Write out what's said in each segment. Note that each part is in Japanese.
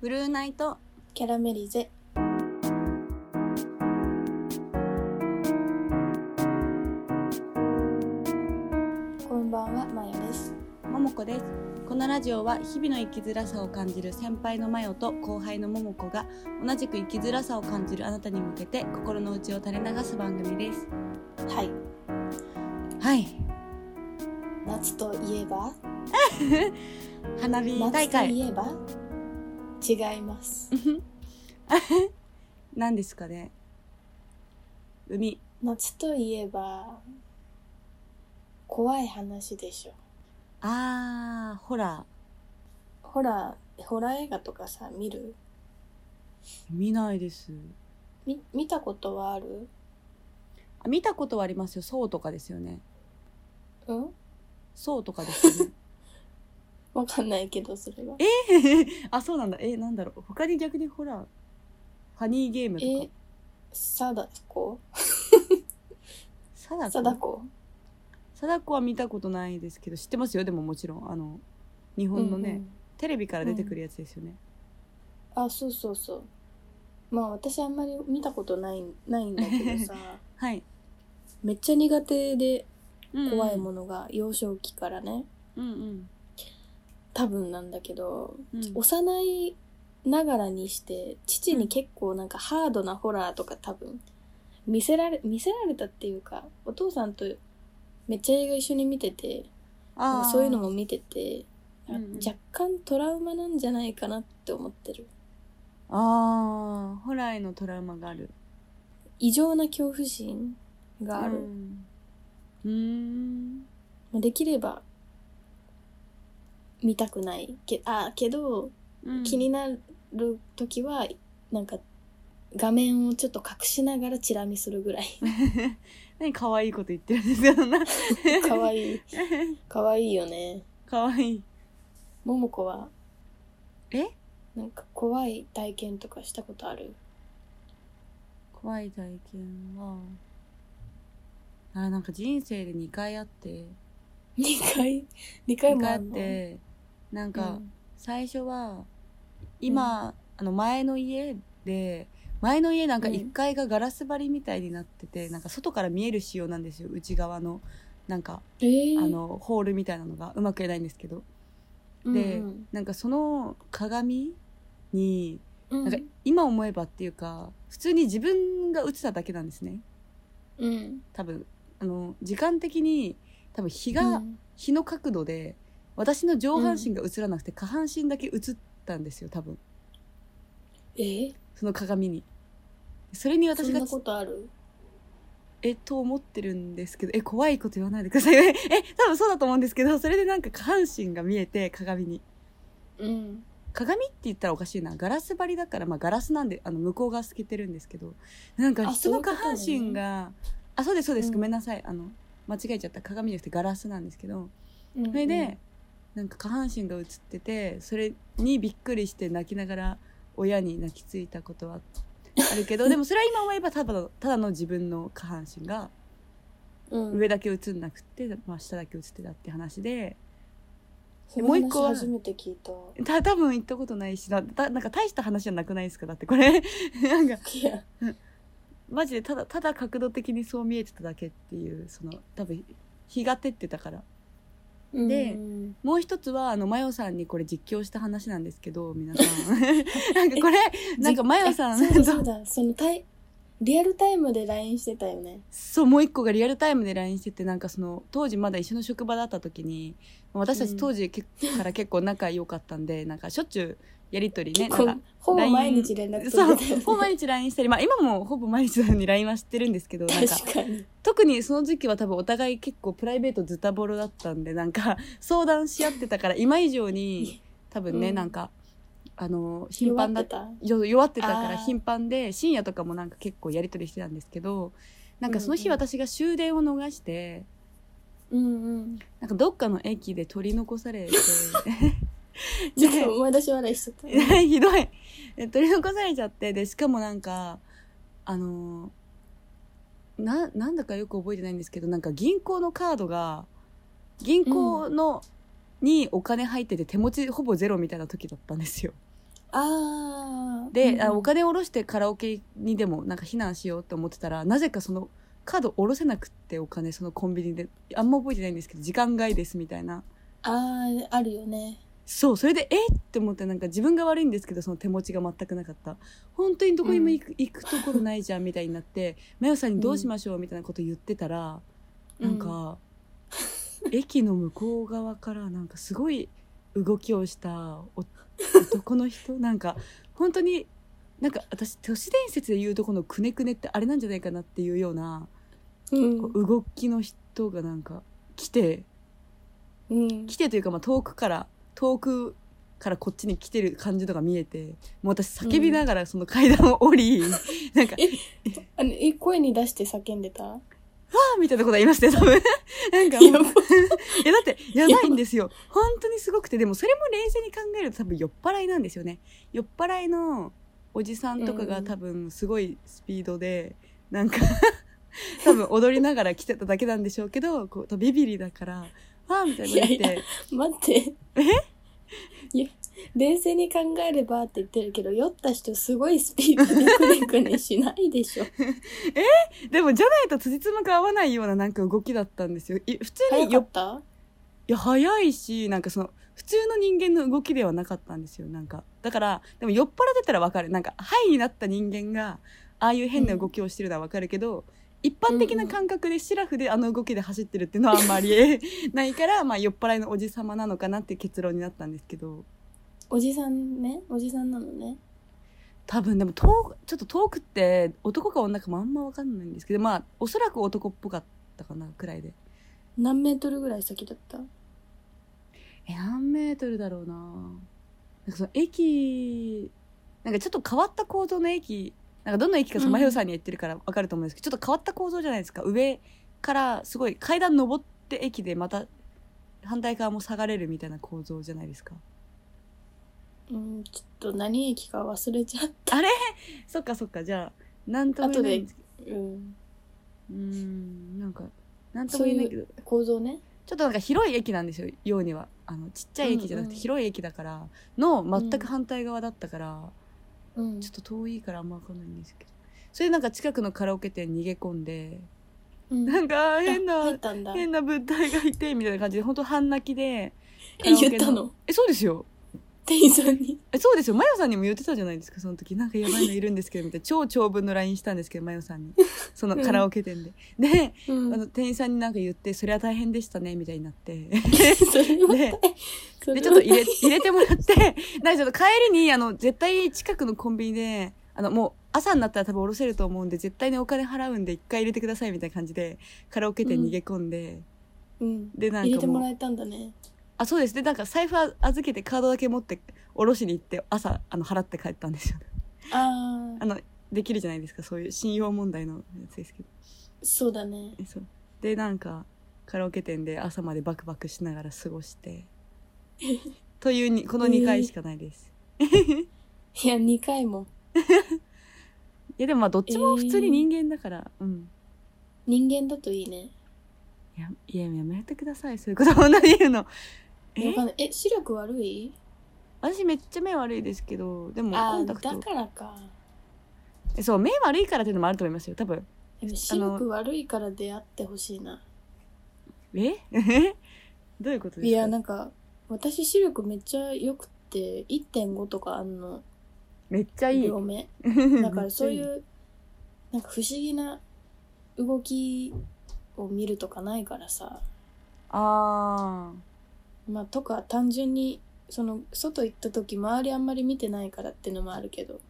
ブルーナイトキャラメリゼこんばんはまよですももこですこのラジオは日々の生きづらさを感じる先輩のマヨと後輩のももこが同じく生きづらさを感じるあなたに向けて心の内を垂れ流す番組ですはいはい夏といえば花火大夏と会いえば違います何ですかね海夏といえば怖い話でしょあーホラホラーホラー映画とかさ見るー見ないですみ見たことはあるあ見たことはありますよそうとかですよねうんそうとかですよねわかんないけどそれは あそうなんだえなんだろう他に逆にホラーハニーゲームとかえ貞子貞子貞子貞子は見たことないですけど知ってますよでももちろんあの日本のね、うんうんテレビから出てくるやつですよね、あそうそうそうまあ私あんまり見たことないないんだ けどさはいめっちゃ苦手で怖いんものが幼少期からねうんうん多分なんだけどうん幼いながらにして父に結構なんかハードなホラーとか多分見せられ見せられたっていうかお父さんとめっちゃ映画一緒に見ててなんあかーそういうのも見てて、うんうん若干トラウマなんじゃないかなって思ってるあーホラーへのトラウマがある異常な恐怖心があうる、んうーんできれば見たくないけあけど、うん気になる時はなんか画面をちょっと隠しながらチラ見す るぐらい何可愛いこと言ってるんですよそんな かわいい かわいいよね可愛い桃子はえなんか怖い体験とかしたことある怖い体験はあなんか人生で2回あって2回2回2も回ああっんのてなんうか、ん最初は今、あの前の家で前の家なんかうん1階がガラス張りみたいになってて、なんか外から見える仕様なんですよ内側のなんか、えーあのホールみたいなのがうまく言えないんですけどでうんなんかその鏡にうん、なんか今思えばっていうか普通に自分が映っただけなんですねうん、多分あの時間的に多分日が、うん日の角度で私の上半身が映らなくて、下半身だけ映ったんですよ多分。えーその鏡にそれにそ私んがなことあるえっと思ってるんですけどえ怖いこと言わないでください え多分そうだと思うんですけどそれでなんか下半身が見えて鏡にうん鏡って言ったらおかしいなガラス張りだから、まあ、ガラスなんであの向こう側透けてるんですけどなんかあ人の下半そういうこと身ねがあそうですそうです、うんごめんなさいあの間違えちゃった鏡じゃなくてガラスなんですけどそそれで、なんか下半身が映っててそれにびっくりして泣きながら親に泣きついたことはあるけどでもそれは今思えばただのただの自分の下半身がうん上だけ映んなくって、まあ、下だけ映ってたって話でそのもう一個は話初めて聞いたた多分行ったことないしなたなんか大した話じゃなくないですかだってこれ なんかいやマジでただただ角度的にそう見えてただけっていうその多分日が照ってたからでうんもう一つはあのマヨさんにこれ実況した話なんですけど皆さ んなんかこれなんかマヨさんえそうだそうとだ そのタイリアルタイムで LINE してたよねそうもう一個がリアルタイムで LINE しててなんかその当時まだ一緒の職場だった時に私たうちん当時け、から結構仲良かったんでなんかしょっちゅうやり取りね結なん構かほぼ LINE 毎日連絡そう取ってたほぼよね毎日 LINE したり、まあ、今もほぼ毎日のように LINE はしてるんですけどなんか 確かに特にその時期は多分お互い結構プライベートズタボロだったんでなんか相談し合ってたから今以上に多分ね、うんなんかあの頻弱繁っだてったよ弱ってたからあー頻繁で深夜とかもなんか結構やり取りしてたんですけどなんかそのう日んうん私が終電を逃してうんうんなんかどっかの駅で取り残されて ちょっと思い出し笑いしちゃったえらいひどいえ取り残されちゃってでしかもなんかあのーななんだかよく覚えてないんですけどなんか銀行のカードが銀行の、にお金入ってて手持ちほぼゼロみたいな時だったんですよ。ああ。で、うんあお金下ろしてカラオケにでもなんか避難しようと思ってたらなぜかそのカード下ろせなくってお金そのコンビニであんま覚えてないんですけど時間外ですみたいなあーあるよね。そうそれでえっって思ってなんか自分が悪いんですけどその手持ちが全くなかった本当にどこにも行く,、行くところないじゃんみたいになってマヨさんにどうしましょうみたいなこと言ってたら、なんか、駅の向こう側からなんかすごい動きをしたお男の人なんか本当になんか私都市伝説で言うとこのくねくねってあれなんじゃないかなっていうようなうん、こう動きの人がなんか来てうん。来てというかまあ遠くから遠くからこっちに来てる感じとか見えてもう私叫びながらその階段を降り、なんか「えあのえ声に出して叫んでたあーみたいなこと言いますね多分なんかもうやばいやだってやばいんですよ本当にすごくてでもそれも冷静に考えると多分酔っ払いなんですよね酔っ払いのおじさんとかうがん多分すごいスピードでなんか 多分踊りながら来てただけなんでしょうけどこうビビリだからわーみたいなの言っいやて待って。えいや、冷静に考えればって言ってるけど、酔った人すごいスピードでくねくねしないでしょ。でもじゃないと辻褄が合わないようななんか動きだったんですよい普通早にかよったいや早いしなんかその普通の人間の動きではなかったんですよなんかだからでも酔っ払ってたらわかるなんかハイになった人間がああいう変な動きをしてるのはわかるけど、一般的な感覚でシラフであの動きで走ってるっていうのはあんまり ないから、まあ、酔っ払いのおじさまなのかなって結論になったんですけどおじさんねおじさんなのね。多分でも遠くちょっと遠くって男か女かもあんまわかんないんですけどまあおそらく男っぽかったかなくらいで何メートルぐらい先だったえ何メートルだろうななんかその駅なんかちょっと変わった構造の駅なんかどの駅かさうんまひろさんに言ってるから分かると思うんですけど、ちょっと変わった構造じゃないですか上からすごい階段登って駅でまた反対側も下がれるみたいな構造じゃないですかうん、ちょっと何駅か忘れちゃった。そっかそっかじゃあなんとも言後えなでいうん、うーんなんかなんとも言えないけど構造ね。ちょっとなんか広い駅なんですよようにはあのちっちゃい駅じゃなくうんてうん広い駅だからの全うんく反対側だったから、うんちょっと遠いからあんま分かんないんですけどそれでなんか近くのカラオケ店に逃げ込んでうんなんかあー変あ入っな たんだ。え変な物体がいてみたいな感じで本当半泣きでカラオケ言ったのえそうですよ店員さんに。えそうですよマヨさんにも言ってたじゃないですかその時なんかやばいのいるんですけどみたいな超長文の LINE したんですけどマヨさん にそのカラオケ店で、でうあん、の店員さんになんか言ってそれは大変でしたねみたいになって それはでそれで、ちはょっと入れ、入れてもらって、 なんかちょっと帰りに、あの、絶対近くのコンビニで、あの、もう朝になったら多分おろせると思うんで、絶対にお金払うんで一回入れてくださいみたいな感じで、カラオケ店逃げ込んで、うん、で、な入んれかてももらう、えたんだね。あ、そうです。で、なんか財布あ預けてカードだけ持って、おろしに行って、朝、あの、払って帰ったんですよ。あああ、の、できるじゃないですか、そういう信用問題のやつですけど。そうだね。えそう。で、なんか、カラオケ店で朝までバクバクしながら過ご して、というに、この2回しかないです。いや、2回も。いやでもまあどっちも普通に人間だから、うん人間だといいね。いやいややめてくださいそういうこと女に言うのえわかんないえ、視力悪い私めっちゃ目悪いですけどでもあコあ、ンだタクトからか。えそう目悪いからっていうのもあると思いますよ多分でも視力悪いから出会ってほしいな。ええどういうことですかいや、なんか、私視力めっちゃ良くて、1.5とかあんの、めっちゃいい 両目。だだからそういうう、なんか不思議な動きを見るとかないからさ。あまあ、とか単純に、その、外行った時周りあんまり見てないからっていうのもあるけど。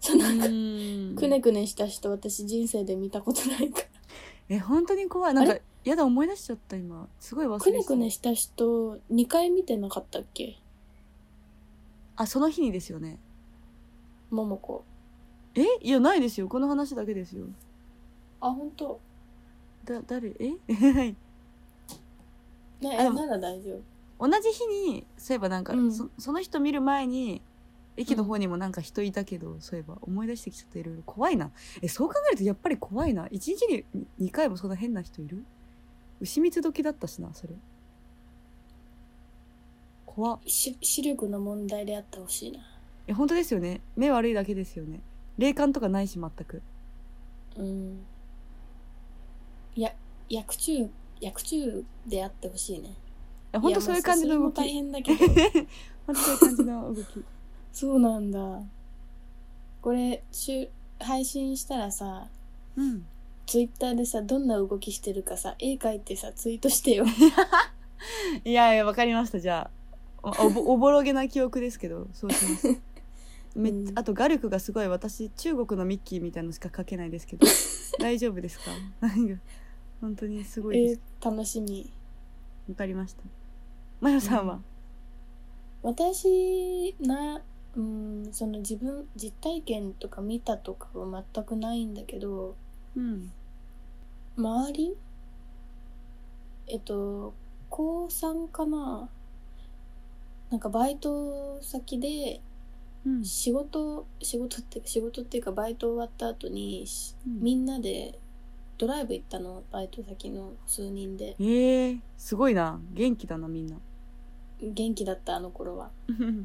そーうのなんか、ーんくねくねした人私人生で見たことないから。え本当に怖いなんあかやだ思い出しちゃった今すごい忘れてくたねくねした人2回見てなかったっけあその日にですよねももこえいやないですよこの話だけですよあ本当だ誰え はいねあでもなら大丈夫同じ日にそういえばなんか、うんそその人見る前に駅の方にもなんか人いたけど、そういえば思い出してきちゃっていろいろ怖いなえそう考えるとやっぱり怖いな一日に2回もそんな変な人いる牛蜜時だったしなそれ怖っし視力の問題であってほしいないや本当ですよね目悪いだけですよね霊感とかないし全くうんや薬中薬中であってほしいねいや本当そういう感じの動きやまあそれも大変だ けど本当そういう感じの動きそうなんだこれ週配信したらさうんツイッターでさどんな動きしてるかさ絵描いてさツイートしてよいやいやわかりましたじゃあおおぼおぼろげな記憶ですけどそうします めっうんあと画力がすごい私中国のミッキーみたいのしか描けないですけ ど大丈夫ですかなんか本当にすごいですえ楽しみわかりましたマヨさんは、私なうんその自分実体験とか見たとかは全くないんだけどうん、周りえっと高3かななんかバイト先でうん仕事仕事っていうか仕事っていうかバイト終わった後にしうんみんなでドライブ行ったのバイト先の数人でえー、すごいな元気だなみ んな元気だったあの頃は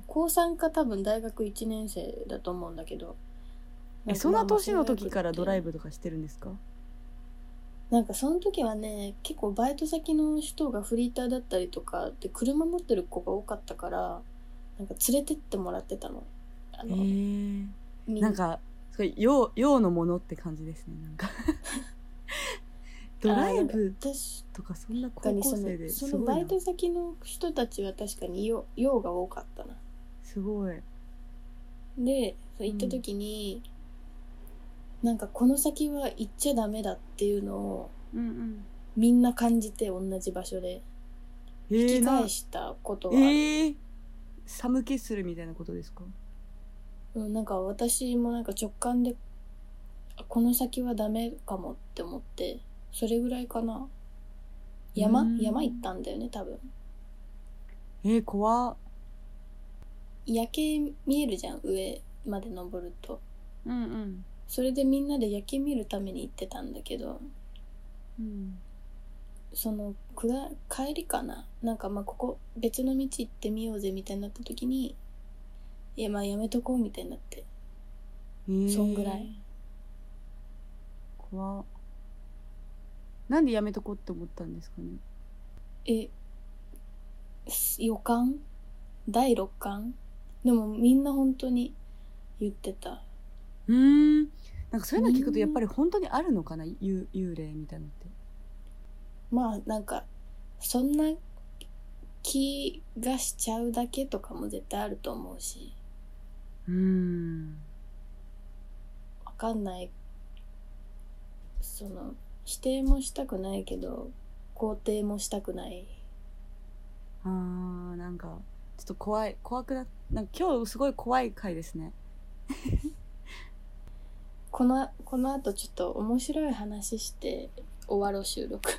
高3か多分大学1年生だと思うんだけどえそんな年の時からドライブブとかしてるんですかなんかその時はね結構バイト先の人がフリーターだったりとかで車持ってる子が多かったからなんか連れてってもらってたのあえの、ー、みなんかすごい洋洋のものって感じですねなん かドライあーなブんか確とかそんなか高に校その生ですそごのいバなイト先の人たちは確かに用用が多かったなすごいでそう行った時に、なんかこの先は行っちゃダメだっていうのをうんうんみんな感じて同じ場所でえ引きー、な返したことえは、ー、寒気するみたいなことですかうん、なんか私もなんか直感であこの先はダメかもって思ってそれぐらいかな山うん山行ったんだよね多分えー、怖っ夜景見えるじゃん上まで登るとうんうんそれでみんなで夜景見るために行ってたんだけどうんそのくだ帰りかななんかまあここ別の道行ってみようぜみたいになった時にいやまあやめとこうみたいになってえー、そんぐらい怖っなんでやめとこうって思ったんですかねえす予感第六感でもみんな本当に言ってたうーんなんかそういうの聞くとやっぱり本当にあるのかな幽幽霊みたいなのってまあなんかそんな気がしちゃうだけとかも絶対あると思うしうーんわかんないその否定もしたくないけど肯定もしたくないあーなんかちょっと怖い怖くななんか今日すごい怖い回ですねこのこのあとちょっと面白い話して終わろう収録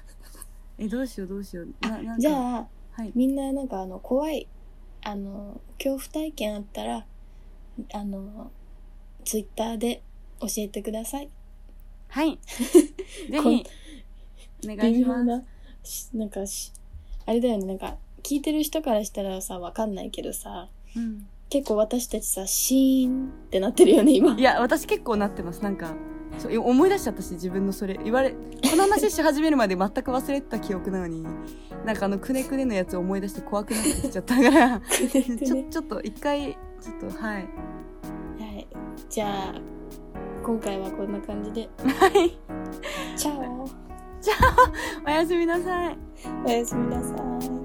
えどうしようどうしようななんかじあゃあはいみんななんかあの怖いあの恐怖体験あったらあのツイッターで教えてくださいはい ぜこんひお願いしますなしなんかしあれだよねなんか聞いてる人からしたらさわかんないけどさうん、結構私たちさシーンってなってるよね今 いや私結構なってますなんかそういや思い出しちゃったし自分のそれ言われこの話し始めるまで全く忘れてた記憶なのになんかあのくねくねのやつ思い出して怖くなってきちゃったから ちょちょっと一回ちょっとはいはいじゃあ今回はこんな感じではいチャオおやすみなさいおやすみなさい